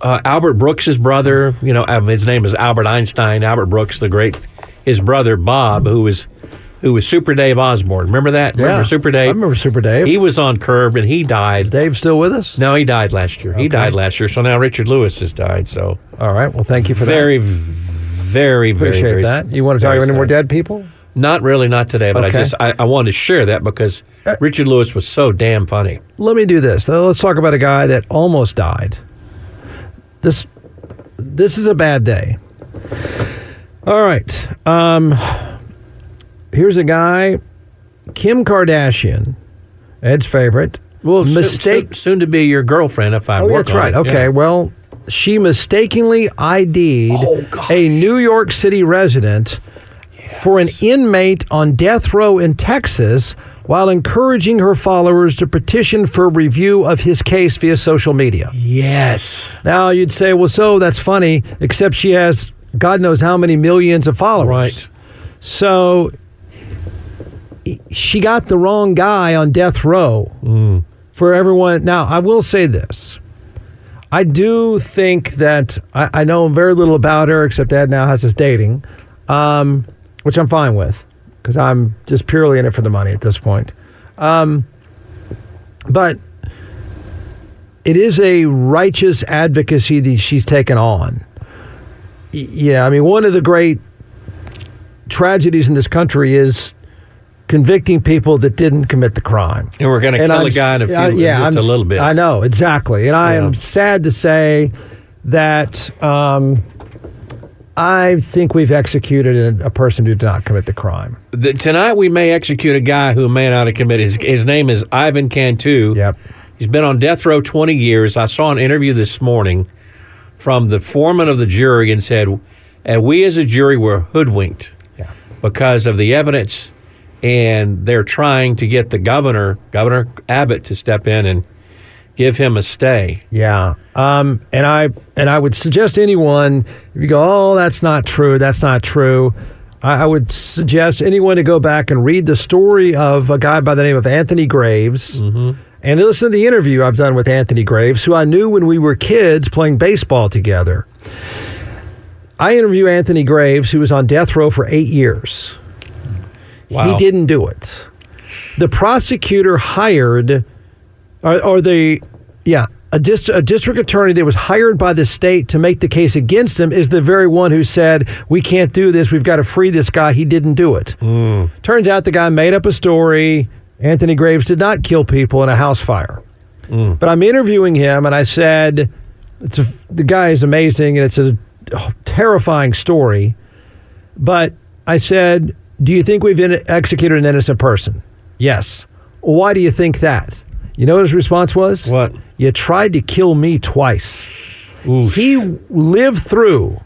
Speaker 2: uh, Albert Brooks' brother, you know, um, his name is Albert Einstein. Albert Brooks, the great, his brother Bob, who was, who was Super Dave Osborne. Remember that? Remember Super Dave?
Speaker 3: I remember Super Dave.
Speaker 2: He was on Curb and he died.
Speaker 3: Dave's still with us.
Speaker 2: No, he died last year. He died last year. So now Richard Lewis has died. So
Speaker 3: All right. Well, thank you for
Speaker 2: very, very,
Speaker 3: that.
Speaker 2: very,
Speaker 3: Appreciate
Speaker 2: very
Speaker 3: that. You want to talk
Speaker 2: very
Speaker 3: about any more
Speaker 2: sad.
Speaker 3: dead people?
Speaker 2: Not really, not today. But
Speaker 3: Okay. Uh,
Speaker 2: I just I, I wanted to share that because Richard Lewis was so damn funny.
Speaker 3: let me do this. Uh, Let's talk about a guy that almost died. This this is a bad day. All right. Um here's a guy Kim Kardashian, Ed's favorite.
Speaker 2: Well, so-
Speaker 3: mistake
Speaker 2: so- soon to be your girlfriend if I
Speaker 3: Oh,
Speaker 2: work
Speaker 3: that's
Speaker 2: on
Speaker 3: right.
Speaker 2: it.
Speaker 3: Okay.
Speaker 2: Yeah.
Speaker 3: Well, she mistakenly ID'd
Speaker 2: Oh,
Speaker 3: a New York City resident for an inmate on death row in Texas while encouraging her followers to petition for review of his case via social media.
Speaker 2: Yes.
Speaker 3: Now, you'd say, well, so that's funny, except she has God knows how many millions of followers.
Speaker 2: Right.
Speaker 3: So e- she got the wrong guy on death row
Speaker 2: Mm.
Speaker 3: for everyone. Now, I will say this. I do think that I, I know very little about her, except Ed now has us dating. Um, which I'm fine with because I'm just purely in it for the money at this point. Um, but it is a righteous advocacy that she's taken on. Y- Yeah, I mean, one of the great tragedies in this country is convicting people that didn't commit the crime.
Speaker 2: And we're going to kill a
Speaker 3: I'm
Speaker 2: guy in a
Speaker 3: s-
Speaker 2: few,
Speaker 3: uh, yeah,
Speaker 2: just
Speaker 3: I'm
Speaker 2: a
Speaker 3: s-
Speaker 2: little bit.
Speaker 3: I know exactly, and I am
Speaker 2: Yeah.
Speaker 3: sad to say that um, I think we've executed a, a person who did not commit the crime.
Speaker 2: The, tonight we may execute a guy who may not have committed. His, his name is Ivan Cantu.
Speaker 3: Yep.
Speaker 2: He's been on death row 20 years. I saw an interview this morning from the foreman of the jury and said, and we as a jury were hoodwinked because of the evidence, and they're trying to get the governor, Governor Abbott, to step in and give him a stay.
Speaker 3: Yeah, um, and I and I would suggest anyone if you go, oh, that's not true, that's not true. I, I would suggest anyone to go back and read the story of a guy by the name of Anthony Graves, and listen to the interview I've done with Anthony Graves, who I knew when we were kids playing baseball together. I interview Anthony Graves, who was on death row for eight years. He didn't do it. The prosecutor hired, or, or the, yeah, a, dist- a district attorney that was hired by the state to make the case against him is the very one who said, We can't do this. We've got to free this guy. He didn't do it. Turns out the guy made up a story. Anthony Graves did not kill people in a house fire. But I'm interviewing him, and I said, it's a, The guy is amazing, and it's a terrifying story. But I said, Do you think we've in- executed an innocent person? Yes. Why do you think that? You know what his response was?
Speaker 2: What?
Speaker 3: You tried to kill me twice. He lived through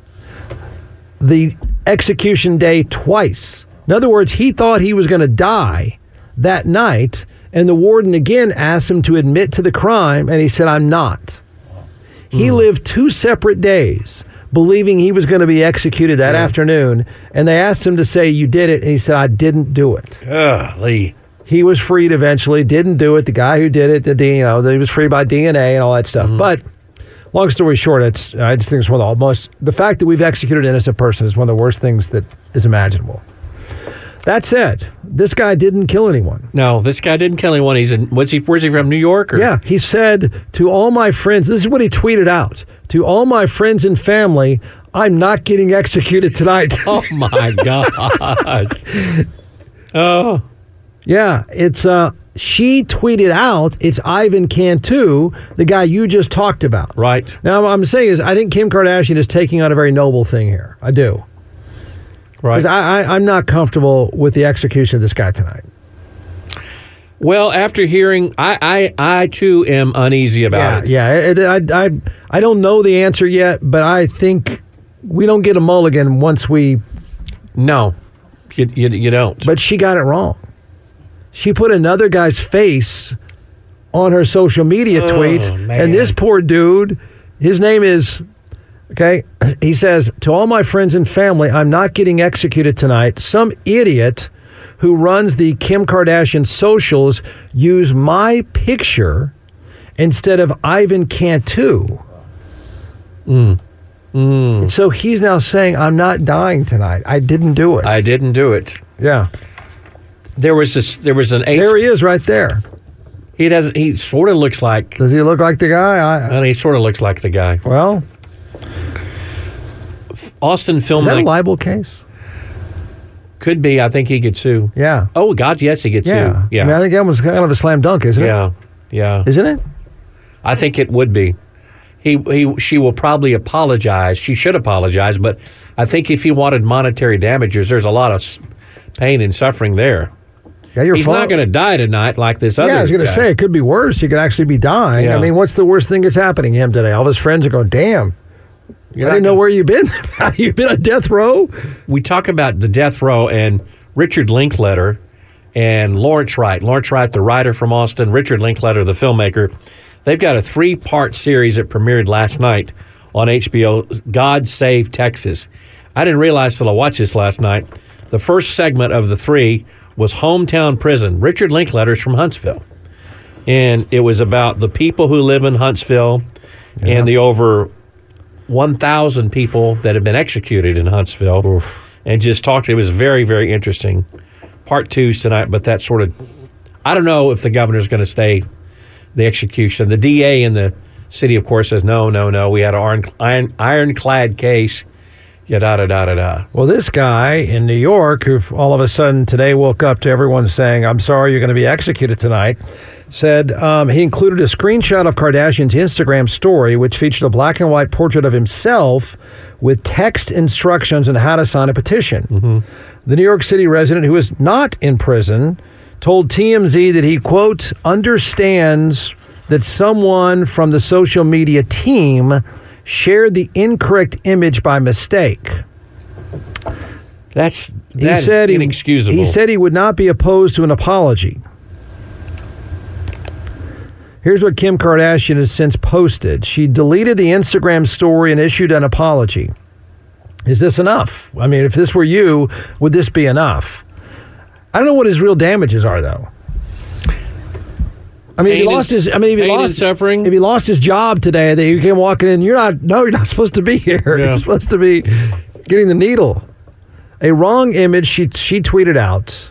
Speaker 3: the execution day twice. In other words, he thought he was going to die that night, and the warden again asked him to admit to the crime, and he said, I'm not. He lived two separate days believing he was going to be executed that afternoon, and they asked him to say, You did it, and he said, I didn't do it.
Speaker 2: Ugh, Lee.
Speaker 3: He was freed eventually, didn't do it. The guy who did it, the D- you know, he was freed by DNA and all that stuff. But long story short, it's I just think it's one of the most the fact that we've executed an innocent person is one of the worst things that is imaginable. That said, this guy didn't kill anyone.
Speaker 2: No, this guy didn't kill anyone. He's in, what's he, where's he from? New York? Or?
Speaker 3: Yeah, he said to all my friends, this is what he tweeted out to all my friends and family, I'm not getting executed tonight.
Speaker 2: <laughs> Oh my gosh. Oh,
Speaker 3: yeah, it's uh she tweeted out it's Ivan Cantu, the guy you just talked about.
Speaker 2: right,
Speaker 3: Now what I'm saying is I think Kim Kardashian is taking on a very noble thing here. I do.
Speaker 2: right.
Speaker 3: 'Cause I, I I'm not comfortable with the execution of this guy tonight.
Speaker 2: well, after hearing, I, I, I too am uneasy
Speaker 3: Yeah,
Speaker 2: about it.
Speaker 3: Uh, yeah. It, it- I, I, I don't know the answer yet, but I think we don't get a mulligan once we.
Speaker 2: No, you, you, you don't.
Speaker 3: But she got it wrong. She put another guy's face on her social media tweet,
Speaker 2: Oh, man.
Speaker 3: and this poor dude, his name is. Okay, he says to all my friends and family, I'm not getting executed tonight. Some idiot who runs the Kim Kardashian socials use my picture instead of Ivan Cantu.
Speaker 2: Mm.
Speaker 3: And So he's now saying, I'm not dying tonight. I didn't do it.
Speaker 2: I didn't do it.
Speaker 3: yeah.
Speaker 2: There was this, there was an H.
Speaker 3: There he is right there.
Speaker 2: he doesn't. He sort of looks like.
Speaker 3: Does he look like the guy? I,
Speaker 2: Well, he sort of looks like the guy.
Speaker 3: well,
Speaker 2: Austin
Speaker 3: is that a
Speaker 2: filmmaker
Speaker 3: libel case?
Speaker 2: could be. I think he could sue.
Speaker 3: Yeah.
Speaker 2: Oh God, yes, he could
Speaker 3: yeah.
Speaker 2: sue. Yeah,
Speaker 3: I, mean, I think that was kind of a slam dunk, isn't it?
Speaker 2: yeah, yeah.
Speaker 3: Isn't it?
Speaker 2: I think it would be. He, he, she will probably apologize. She should apologize, but I think if he wanted monetary damages, there's a lot of s- pain and suffering there.
Speaker 3: Yeah, your
Speaker 2: He's
Speaker 3: phone.
Speaker 2: not going to die tonight like this other.
Speaker 3: Yeah, I was going to
Speaker 2: guy.
Speaker 3: say it could be worse. He could actually be dying.
Speaker 2: Yeah.
Speaker 3: I mean, what's the worst thing that's happening to him today? All of his friends are going, "Damn,
Speaker 2: You're not
Speaker 3: I didn't know
Speaker 2: gonna-
Speaker 3: where you've been. <laughs> you've been on death row."
Speaker 2: we talk about the death row and Richard Linkletter and Lawrence Wright. Lawrence Wright, the writer from Austin, Richard Linkletter, the filmmaker. They've got a three part series that premiered last night on HBO God Save Texas. I didn't realize till I watched this last night. The first segment of the three was Hometown Prison. Richard Linkletter's from Huntsville. And it was about the people who live in Huntsville and the over 1,000 people that have been executed in Huntsville and just talked. It was very, very interesting. Part two is tonight, but that sort of, I don't know if the governor's going to stay the execution. The DA in the city, of course, says no, no, no. We had an iron, iron, ironclad case. Yeah, da da da da da.
Speaker 3: Well, this guy in New York, who all of a sudden today woke up to everyone saying, I'm sorry, you're going to be executed tonight, said um, he included a screenshot of Kardashian's Instagram story, which featured a black and white portrait of himself with text instructions on how to sign a petition. The New York City resident, who is not in prison, told TMZ that he, quote, understands that someone from the social media team shared the incorrect image by mistake.
Speaker 2: That's that's inexcusable.
Speaker 3: He, said he would not be opposed to an apology. Here's what Kim Kardashian has since posted. She deleted the Instagram story and issued an apology. Is this enough? I mean, if this were you, would this be enough? I don't know what his real damages are, though. I mean, if he
Speaker 2: Pain and-
Speaker 3: lost his. I mean, if he
Speaker 2: pain and
Speaker 3: lost
Speaker 2: suffering?
Speaker 3: If he lost his job today, that you came walking in, you're not. No, you're not supposed to be here. <laughs>
Speaker 2: Yeah.
Speaker 3: You're supposed to be getting the needle. A wrong image. She she tweeted out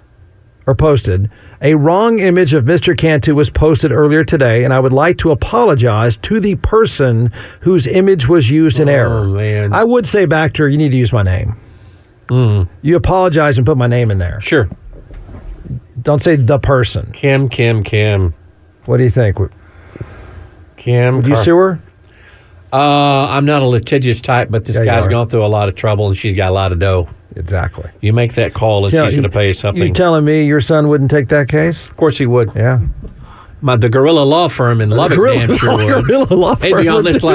Speaker 3: or posted a wrong image of Mr. Cantu was posted earlier today, and I would like to apologize to the person whose image was used in error.
Speaker 2: Oh, man.
Speaker 3: I would say back to her, you need to use my name.
Speaker 2: Mm.
Speaker 3: You apologize and put my name in there.
Speaker 2: sure.
Speaker 3: Don't say the person.
Speaker 2: Kim, Kim, Kim,
Speaker 3: What do you think? Would
Speaker 2: Kim.
Speaker 3: you
Speaker 2: Kar-
Speaker 3: sue her?
Speaker 2: Uh, I'm not a litigious type, but this
Speaker 3: Yeah, you
Speaker 2: guy's
Speaker 3: are.
Speaker 2: gone through a lot of trouble, and she's got a lot of dough.
Speaker 3: Exactly.
Speaker 2: You make that call, and she's going to pay you something.
Speaker 3: You telling me your son wouldn't take that case?
Speaker 2: of course, he would.
Speaker 3: Yeah.
Speaker 2: My the Gorilla Law Firm in Lubbock, damn
Speaker 3: <laughs>
Speaker 2: sure would.
Speaker 3: Gorilla
Speaker 2: <laughs>
Speaker 3: law
Speaker 2: They'd be
Speaker 3: firm
Speaker 2: on
Speaker 3: would
Speaker 2: this
Speaker 3: do-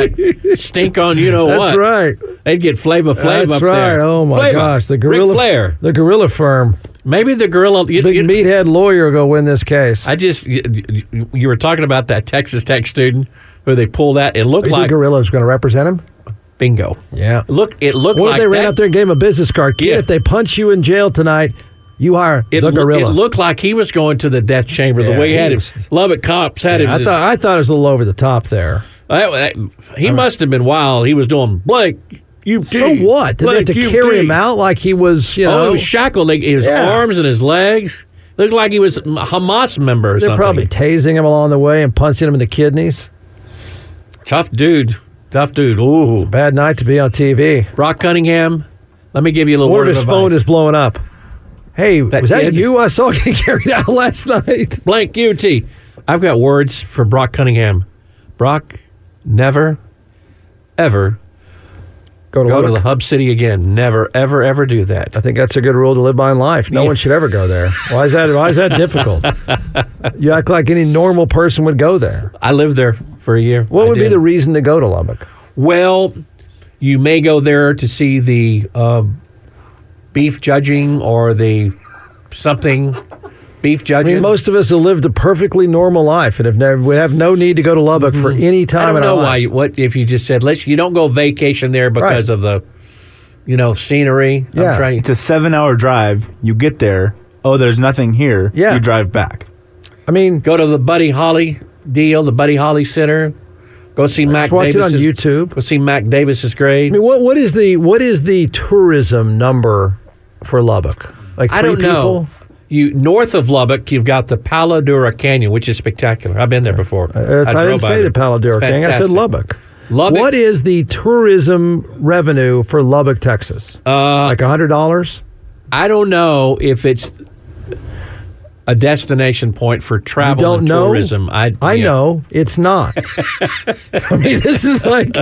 Speaker 2: like
Speaker 3: <laughs>
Speaker 2: stink on you know what.
Speaker 3: That's right.
Speaker 2: They'd get Flavor Flav
Speaker 3: That's
Speaker 2: up
Speaker 3: right.
Speaker 2: there.
Speaker 3: Oh my
Speaker 2: Flavor.
Speaker 3: gosh, the
Speaker 2: Ric
Speaker 3: gorilla
Speaker 2: Flair.
Speaker 3: the gorilla firm,
Speaker 2: Maybe the Gorilla. You,
Speaker 3: big
Speaker 2: you-
Speaker 3: meathead lawyer will go win this case.
Speaker 2: I just you, you- you were talking about that Texas Tech student who they pulled that. It looked
Speaker 3: you think
Speaker 2: like
Speaker 3: gorilla's going to represent him?
Speaker 2: bingo.
Speaker 3: Yeah.
Speaker 2: Look, it looked
Speaker 3: What
Speaker 2: like
Speaker 3: if they ran
Speaker 2: that-
Speaker 3: up there and gave him a business card? Kid,
Speaker 2: Yeah.
Speaker 3: if they punch you in jail tonight, you hire
Speaker 2: It,
Speaker 3: the
Speaker 2: loo-
Speaker 3: gorilla.
Speaker 2: it looked like he was going to the death chamber the
Speaker 3: Yeah,
Speaker 2: way he
Speaker 3: he
Speaker 2: had
Speaker 3: was-
Speaker 2: him. Lubbock cops had him.
Speaker 3: I
Speaker 2: just-
Speaker 3: thought I thought it was a little over the top there.
Speaker 2: that- that- he must have been wild. He was doing Blake. You
Speaker 3: So what? Did they have to carry him out like he was? You know,
Speaker 2: Oh, he was shackled. Like, his
Speaker 3: Yeah.
Speaker 2: arms and his legs looked like he was a Hamas member or
Speaker 3: they're
Speaker 2: something.
Speaker 3: probably tasing him along the way and punching him in the kidneys.
Speaker 2: tough dude. Tough dude. Ooh,
Speaker 3: Bad night to be on TV.
Speaker 2: Brock Cunningham. Let me give you a little
Speaker 3: Or
Speaker 2: word
Speaker 3: if
Speaker 2: of
Speaker 3: his phone
Speaker 2: advice.
Speaker 3: is blowing up. Hey, was
Speaker 2: kid?
Speaker 3: that you I saw <laughs> getting carried out last night?
Speaker 2: Blank UT. I've got words for Brock Cunningham. Brock, never, ever
Speaker 3: Go to,
Speaker 2: go
Speaker 3: work.
Speaker 2: to the Hub City again. Never, ever, ever do that.
Speaker 3: I think that's a good rule to live by in life. No
Speaker 2: Yeah.
Speaker 3: one should ever go there. Why is that? Why is that
Speaker 2: <laughs>
Speaker 3: difficult? You act like any normal person would go there.
Speaker 2: I lived there for a year.
Speaker 3: What
Speaker 2: I
Speaker 3: would be
Speaker 2: did.
Speaker 3: the reason to go to Lubbock?
Speaker 2: well? You may go there to see the uh, beef judging or the something beef
Speaker 3: I
Speaker 2: judging.
Speaker 3: mean, most of us have lived a perfectly normal life and have never would have no need to go to Lubbock for any
Speaker 2: Mm-hmm. I
Speaker 3: time
Speaker 2: don't
Speaker 3: in our
Speaker 2: know why.
Speaker 3: lives.
Speaker 2: you- What if you just said let's? You don't go vacation there because
Speaker 3: Right.
Speaker 2: of the, you know, scenery.
Speaker 3: Yeah.
Speaker 2: I'm trying,
Speaker 4: It's a seven-hour drive. You get there. Oh, there's nothing here.
Speaker 3: Yeah.
Speaker 4: You drive back.
Speaker 3: I mean,
Speaker 2: go to the Buddy Holly deal, the Buddy Holly Center. Go see Mac
Speaker 3: just watch it on
Speaker 2: Davis's-
Speaker 3: YouTube.
Speaker 2: Go see Mac Davis's grade.
Speaker 3: I mean, what what is the what is the tourism number for Lubbock? Like three
Speaker 2: I don't
Speaker 3: people?
Speaker 2: know. You north of Lubbock, you've got the Paladura Canyon, which is spectacular. I've been there before.
Speaker 3: Uh, I,
Speaker 2: drove
Speaker 3: didn't
Speaker 2: by
Speaker 3: say
Speaker 2: it.
Speaker 3: the Paladura
Speaker 2: It's
Speaker 3: thing. I said
Speaker 2: fantastic.
Speaker 3: Lubbock.
Speaker 2: Lubbock.
Speaker 3: What is the tourism revenue for Lubbock, Texas?
Speaker 2: Uh,
Speaker 3: like hundred dollars?
Speaker 2: I don't know if it's a destination point for travel
Speaker 3: don't
Speaker 2: and
Speaker 3: know?
Speaker 2: tourism. I
Speaker 3: I
Speaker 2: yeah.
Speaker 3: know it's
Speaker 2: <laughs>
Speaker 3: not. <laughs> I mean, this is like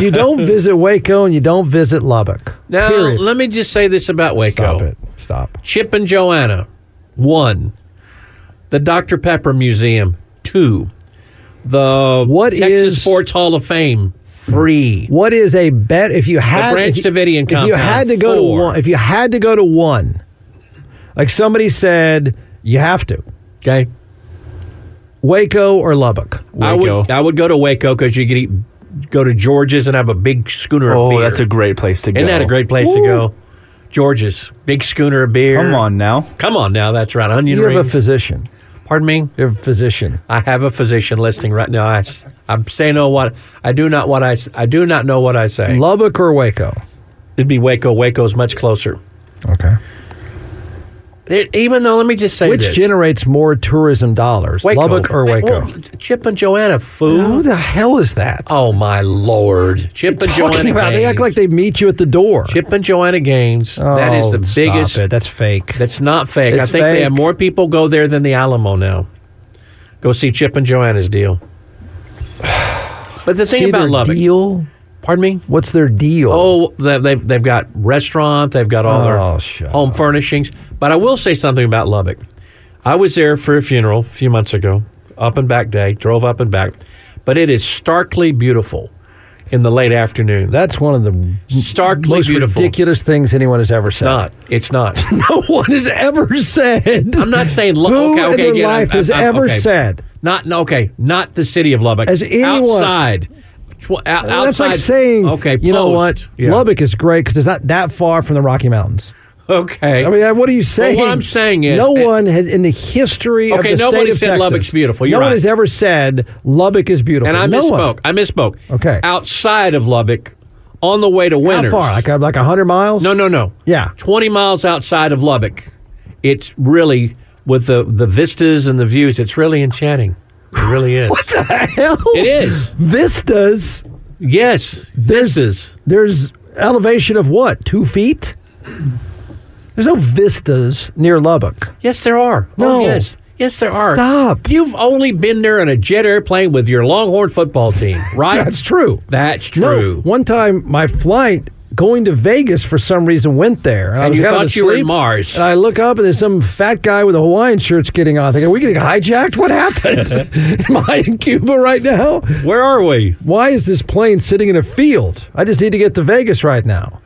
Speaker 3: you
Speaker 2: <laughs>
Speaker 3: don't visit Waco and you don't visit Lubbock.
Speaker 2: Now
Speaker 3: Period.
Speaker 2: let me just say this about Waco.
Speaker 3: Stop it. Stop.
Speaker 2: Chip and Joanna, one. The Dr. Pepper Museum, two. The
Speaker 3: What
Speaker 2: Texas
Speaker 3: is-
Speaker 2: Sports Hall of Fame, three.
Speaker 3: What is a bet if you had
Speaker 2: Branch
Speaker 3: if you-
Speaker 2: Davidian
Speaker 3: If you
Speaker 2: compound,
Speaker 3: had to go
Speaker 2: four.
Speaker 3: to one, if you had to go to one, like somebody said, you have to
Speaker 2: Okay.
Speaker 3: Waco or Lubbock.
Speaker 2: I
Speaker 4: Waco.
Speaker 2: would I would go to Waco because you could eat, go to George's and have a big schooner of
Speaker 4: Oh,
Speaker 2: beer.
Speaker 4: that's a great place to go.
Speaker 2: Isn't that a great place to go? George's, big schooner of beer.
Speaker 4: Come on now.
Speaker 2: Come on now. That's right. Onion
Speaker 3: You have a
Speaker 2: rings.
Speaker 3: physician.
Speaker 2: Pardon me.
Speaker 3: You have a physician.
Speaker 2: I have a physician listening right now. I, s- I'm saying no what I do not what I s- I do not know what I say.
Speaker 3: Lubbock or Waco?
Speaker 2: It'd be Waco. Waco's much closer.
Speaker 3: Okay.
Speaker 2: It- even though, let me just say
Speaker 3: Which
Speaker 2: this.
Speaker 3: generates more tourism dollars,
Speaker 2: Waco.
Speaker 3: Lubbock or Waco?
Speaker 2: Well, Chip and Joanna,
Speaker 3: Who
Speaker 2: food.
Speaker 3: the hell is that?
Speaker 2: Oh my lord, Chip and
Speaker 3: Talking
Speaker 2: Joanna.
Speaker 3: about,
Speaker 2: Gaines.
Speaker 3: they act like they meet you at the door.
Speaker 2: Chip and Joanna Gaines. that is the
Speaker 3: Oh, stop
Speaker 2: biggest.
Speaker 3: it. That's fake.
Speaker 2: That's not fake. I
Speaker 3: It's
Speaker 2: think they
Speaker 3: fake.
Speaker 2: have more people go there than the Alamo now. Go see Chip and Joanna's deal. <sighs> But the thing
Speaker 3: See
Speaker 2: about
Speaker 3: their
Speaker 2: Lubbock,
Speaker 3: deal.
Speaker 2: pardon me.
Speaker 3: What's their deal?
Speaker 2: Oh, they- they've they've got restaurant. They've got all
Speaker 3: Oh,
Speaker 2: their
Speaker 3: shut
Speaker 2: home furnishings. But I will say something about Lubbock. I was there for a funeral a few months ago. Up and back day. Drove up and back. But it is starkly beautiful in the late afternoon.
Speaker 3: that's one of the
Speaker 2: starkly
Speaker 3: most
Speaker 2: beautiful.
Speaker 3: ridiculous things anyone has ever said.
Speaker 2: Not. It's not.
Speaker 3: <laughs> No one has ever said.
Speaker 2: I'm not saying Lu-
Speaker 3: Who
Speaker 2: okay,
Speaker 3: in
Speaker 2: okay,
Speaker 3: their
Speaker 2: again, I'm-
Speaker 3: life has
Speaker 2: I'm- I'm-
Speaker 3: ever
Speaker 2: okay.
Speaker 3: said?
Speaker 2: Not no, okay. Not the city of Lubbock.
Speaker 3: As anyone-
Speaker 2: outside. Tw- o- outside.
Speaker 3: That's like saying,
Speaker 2: Okay.
Speaker 3: you know
Speaker 2: post.
Speaker 3: what?
Speaker 2: Yeah.
Speaker 3: Lubbock is great because it's not that far from the Rocky Mountains.
Speaker 2: Okay.
Speaker 3: I mean, what are you saying?
Speaker 2: I'm saying is-
Speaker 3: no
Speaker 2: it-
Speaker 3: one had in the history
Speaker 2: Okay,
Speaker 3: of the
Speaker 2: nobody
Speaker 3: state of
Speaker 2: said
Speaker 3: Texas,
Speaker 2: Lubbock's beautiful. You're
Speaker 3: no
Speaker 2: right.
Speaker 3: one has ever said Lubbock is beautiful.
Speaker 2: and I
Speaker 3: no one.
Speaker 2: misspoke. I misspoke.
Speaker 3: Okay.
Speaker 2: Outside of Lubbock, on the way to
Speaker 3: How
Speaker 2: Winters.
Speaker 3: far? Like uh, like hundred miles?
Speaker 2: No, no, no.
Speaker 3: Yeah.
Speaker 2: 20 miles outside of Lubbock. It's really with the the vistas and the views. It's really enchanting. It really is.
Speaker 3: <laughs> What the hell?
Speaker 2: It is.
Speaker 3: <laughs> Vistas.
Speaker 2: Yes. Vistas.
Speaker 3: There's elevation of what? Two feet? There's no vistas near Lubbock.
Speaker 2: Yes, there are.
Speaker 3: No.
Speaker 2: Oh, yes. Yes, there are.
Speaker 3: Stop.
Speaker 2: You've only been there in a jet airplane with your Longhorn football
Speaker 3: <laughs>
Speaker 2: team, right?
Speaker 3: That's true.
Speaker 2: That's
Speaker 3: No,
Speaker 2: true.
Speaker 3: one time my flight going to Vegas for some reason went there. I
Speaker 2: And
Speaker 3: was
Speaker 2: you
Speaker 3: kind of
Speaker 2: thought you were in
Speaker 3: asleep,
Speaker 2: Mars.
Speaker 3: And I look up and there's some fat guy with a Hawaiian shirt's getting on. I think, are we getting hijacked?
Speaker 2: <laughs>
Speaker 3: What happened? Am I in Cuba right now?
Speaker 2: Where are we?
Speaker 3: Why is this plane sitting in a field? I just need to get to Vegas right now.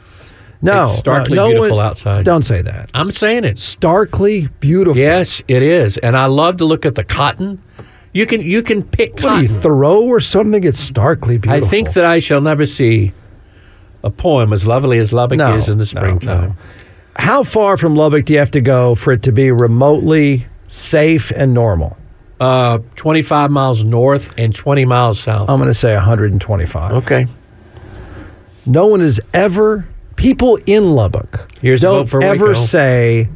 Speaker 3: No.
Speaker 2: It's starkly
Speaker 3: no, no
Speaker 2: beautiful
Speaker 3: one-
Speaker 2: outside.
Speaker 3: Don't say that.
Speaker 2: I'm saying it.
Speaker 3: Starkly beautiful.
Speaker 2: Yes, it is. And I love to look at the cotton. You can you can pick
Speaker 3: What are you,
Speaker 2: cotton.
Speaker 3: Thoreau or something? It's starkly
Speaker 2: I
Speaker 3: beautiful.
Speaker 2: think that I shall never see a poem as lovely as Lubbock
Speaker 3: No,
Speaker 2: is in
Speaker 3: no,
Speaker 2: the springtime.
Speaker 3: How far from Lubbock do you have to go for it to be remotely safe and normal?
Speaker 2: Uh, 25 miles north and 20 miles south.
Speaker 3: I'm going to say 125.
Speaker 2: okay.
Speaker 3: No one has ever, people in Lubbock
Speaker 2: Here's a
Speaker 3: don't
Speaker 2: vote for
Speaker 3: ever
Speaker 2: Waco.
Speaker 3: say,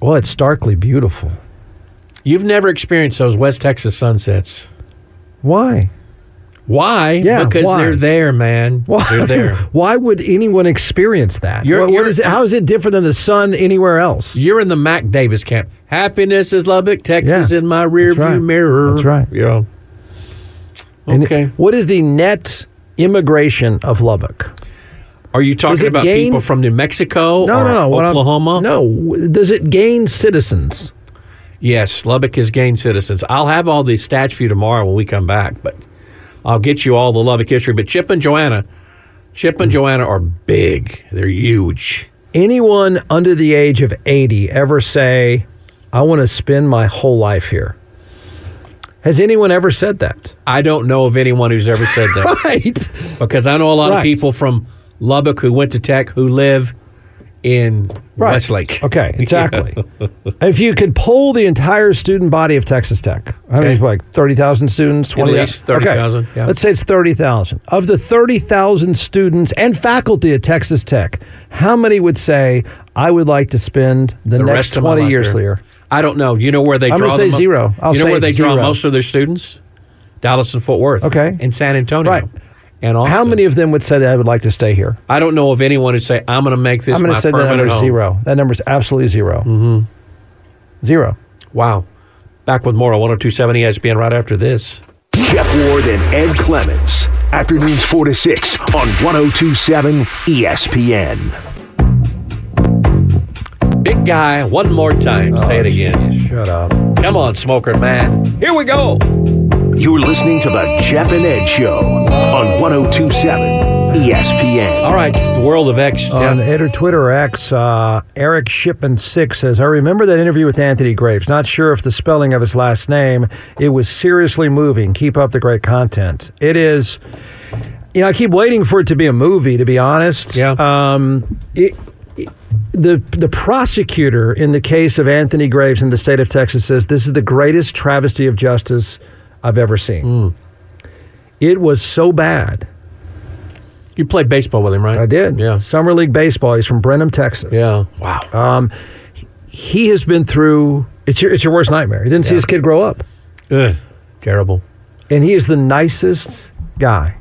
Speaker 3: well, it's starkly beautiful.
Speaker 2: You've never experienced those West Texas sunsets.
Speaker 3: Why?
Speaker 2: Why?
Speaker 3: Yeah,
Speaker 2: because
Speaker 3: why?
Speaker 2: they're there, man.
Speaker 3: <laughs> Why,
Speaker 2: They're there.
Speaker 3: why would anyone experience that?
Speaker 2: You're-
Speaker 3: What- what
Speaker 2: you're-
Speaker 3: is it, how is it different than the sun anywhere else?
Speaker 2: You're in the Mac Davis camp. Happiness is Lubbock, Texas,
Speaker 3: Yeah.
Speaker 2: in my rearview
Speaker 3: right.
Speaker 2: mirror.
Speaker 3: That's right.
Speaker 2: Yeah.
Speaker 3: And
Speaker 2: Okay.
Speaker 3: What is the net immigration of Lubbock?
Speaker 2: Are you talking
Speaker 3: it
Speaker 2: about
Speaker 3: gain-
Speaker 2: people from New Mexico
Speaker 3: No,
Speaker 2: or
Speaker 3: no, no. What I'm-
Speaker 2: Oklahoma?
Speaker 3: no. Does it gain citizens?
Speaker 2: Yes, Lubbock has gained citizens. I'll have all these stats for you tomorrow when we come back, but I'll get you all the Lubbock history. But Chip and Joanna, Chip
Speaker 3: Hmm.
Speaker 2: and Joanna are big. They're huge.
Speaker 3: Anyone under the age of 80 ever say, I want to spend my whole life here? Has anyone ever
Speaker 2: <laughs>
Speaker 3: said that?
Speaker 2: I don't know of anyone who's ever said that.
Speaker 3: Right.
Speaker 2: because I know a lot of
Speaker 3: Right.
Speaker 2: people from Lubbock who went to Tech who live in
Speaker 3: Right.
Speaker 2: Westlake.
Speaker 3: <laughs>
Speaker 2: <laughs>
Speaker 3: Okay, exactly. If you could poll the entire student body of Texas Tech, I mean,
Speaker 2: Okay.
Speaker 3: it's like 30,000 students, 20,
Speaker 2: least 30,000, yeah.
Speaker 3: Let's say it's 30,000. Of the 30,000 students and faculty at Texas Tech, how many would say, I would like to spend the,
Speaker 2: The
Speaker 3: next
Speaker 2: rest of my
Speaker 3: 20
Speaker 2: life
Speaker 3: years
Speaker 2: here.
Speaker 3: here?
Speaker 2: I don't know. You know where they
Speaker 3: I'm
Speaker 2: draw
Speaker 3: gonna say
Speaker 2: the mo-
Speaker 3: zero. I'll
Speaker 2: you know
Speaker 3: say
Speaker 2: where they draw
Speaker 3: zero.
Speaker 2: most of their students? Dallas and Fort Worth.
Speaker 3: Okay.
Speaker 2: And San Antonio.
Speaker 3: Right.
Speaker 2: And Austin.
Speaker 3: How many of them would say that I would like to stay here?
Speaker 2: I don't know of anyone who say I'm going to make this
Speaker 3: I'm going
Speaker 2: my
Speaker 3: to say that
Speaker 2: permanent
Speaker 3: number is
Speaker 2: home. Mm-hmm.
Speaker 3: zero. That number is absolutely 0 Mm-hmm. Zero.
Speaker 2: Wow. Back with more on 1027 ESPN right after this.
Speaker 1: Jeff Ward and Ed Clements. Afternoons 4 to 6 on 1027 ESPN.
Speaker 2: Big guy, one more time.
Speaker 3: Oh,
Speaker 2: say it again.
Speaker 3: Shut up.
Speaker 2: Come on, smoker man. Here we go.
Speaker 1: You're listening to The Jeff and Ed Show on 1027 ESPN.
Speaker 2: All right, the world of X. Jeff.
Speaker 3: On Ed or Twitter or X, uh, Eric Shipman Six says, "I remember that interview with Anthony Graves. Not sure if the spelling of his last name. It was seriously moving. Keep up the great content. It is. You know, I keep waiting for it to be a movie. To be honest,
Speaker 2: Yeah.
Speaker 3: Um, it, it- the the prosecutor in the case of Anthony Graves in the state of Texas says this is the greatest travesty of
Speaker 2: Hmm.
Speaker 3: justice I've ever seen. It was so bad."
Speaker 2: You played baseball with him, right?
Speaker 3: I did.
Speaker 2: Yeah.
Speaker 3: Summer league baseball. He's from Brenham, Texas.
Speaker 2: Yeah. Wow.
Speaker 3: Um, he has been through. It's your it's your worst nightmare. He didn't see his kid grow up,
Speaker 2: Ugh, terrible.
Speaker 3: and he is the nicest
Speaker 2: <laughs>
Speaker 3: guy.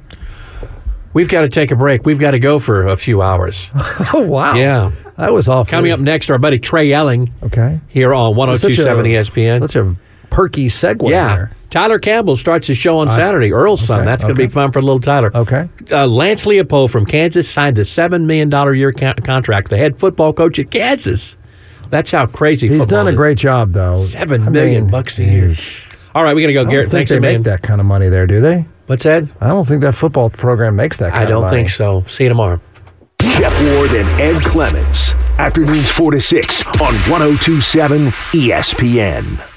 Speaker 2: We've got to take a break. We've got to go for a few hours.
Speaker 3: Oh <laughs> wow.
Speaker 2: Yeah.
Speaker 3: That was awful.
Speaker 2: Coming up next, our buddy Trey Elling
Speaker 3: Okay.
Speaker 2: here on 1027 ESPN.
Speaker 3: Such a perky segue.
Speaker 2: yeah.
Speaker 3: There. Uh,
Speaker 2: Tyler Campbell starts his show on Saturday. Earl's son.
Speaker 3: okay,
Speaker 2: That's going to be
Speaker 3: okay.
Speaker 2: fun for little Tyler.
Speaker 3: Okay.
Speaker 2: Uh, Lance Leopold from Kansas signed a $7 million year co- contract, the head football coach at Kansas. That's how crazy
Speaker 3: He's
Speaker 2: football
Speaker 3: done a
Speaker 2: is.
Speaker 3: great job though.
Speaker 2: Seven
Speaker 3: Seven million
Speaker 2: million bucks a year. All right, we got to go,
Speaker 3: I don't
Speaker 2: Garrett.
Speaker 3: think
Speaker 2: Thanks
Speaker 3: they
Speaker 2: a
Speaker 3: make
Speaker 2: million.
Speaker 3: that kind of money there, do they?
Speaker 2: What's that?
Speaker 3: I don't think that football program makes that. kind
Speaker 2: I
Speaker 3: of
Speaker 2: don't
Speaker 3: money.
Speaker 2: think so. See you tomorrow.
Speaker 1: Jeff Ward and oh E Ed Clements. Afternoons 4 to 6 on 1027 ESPN.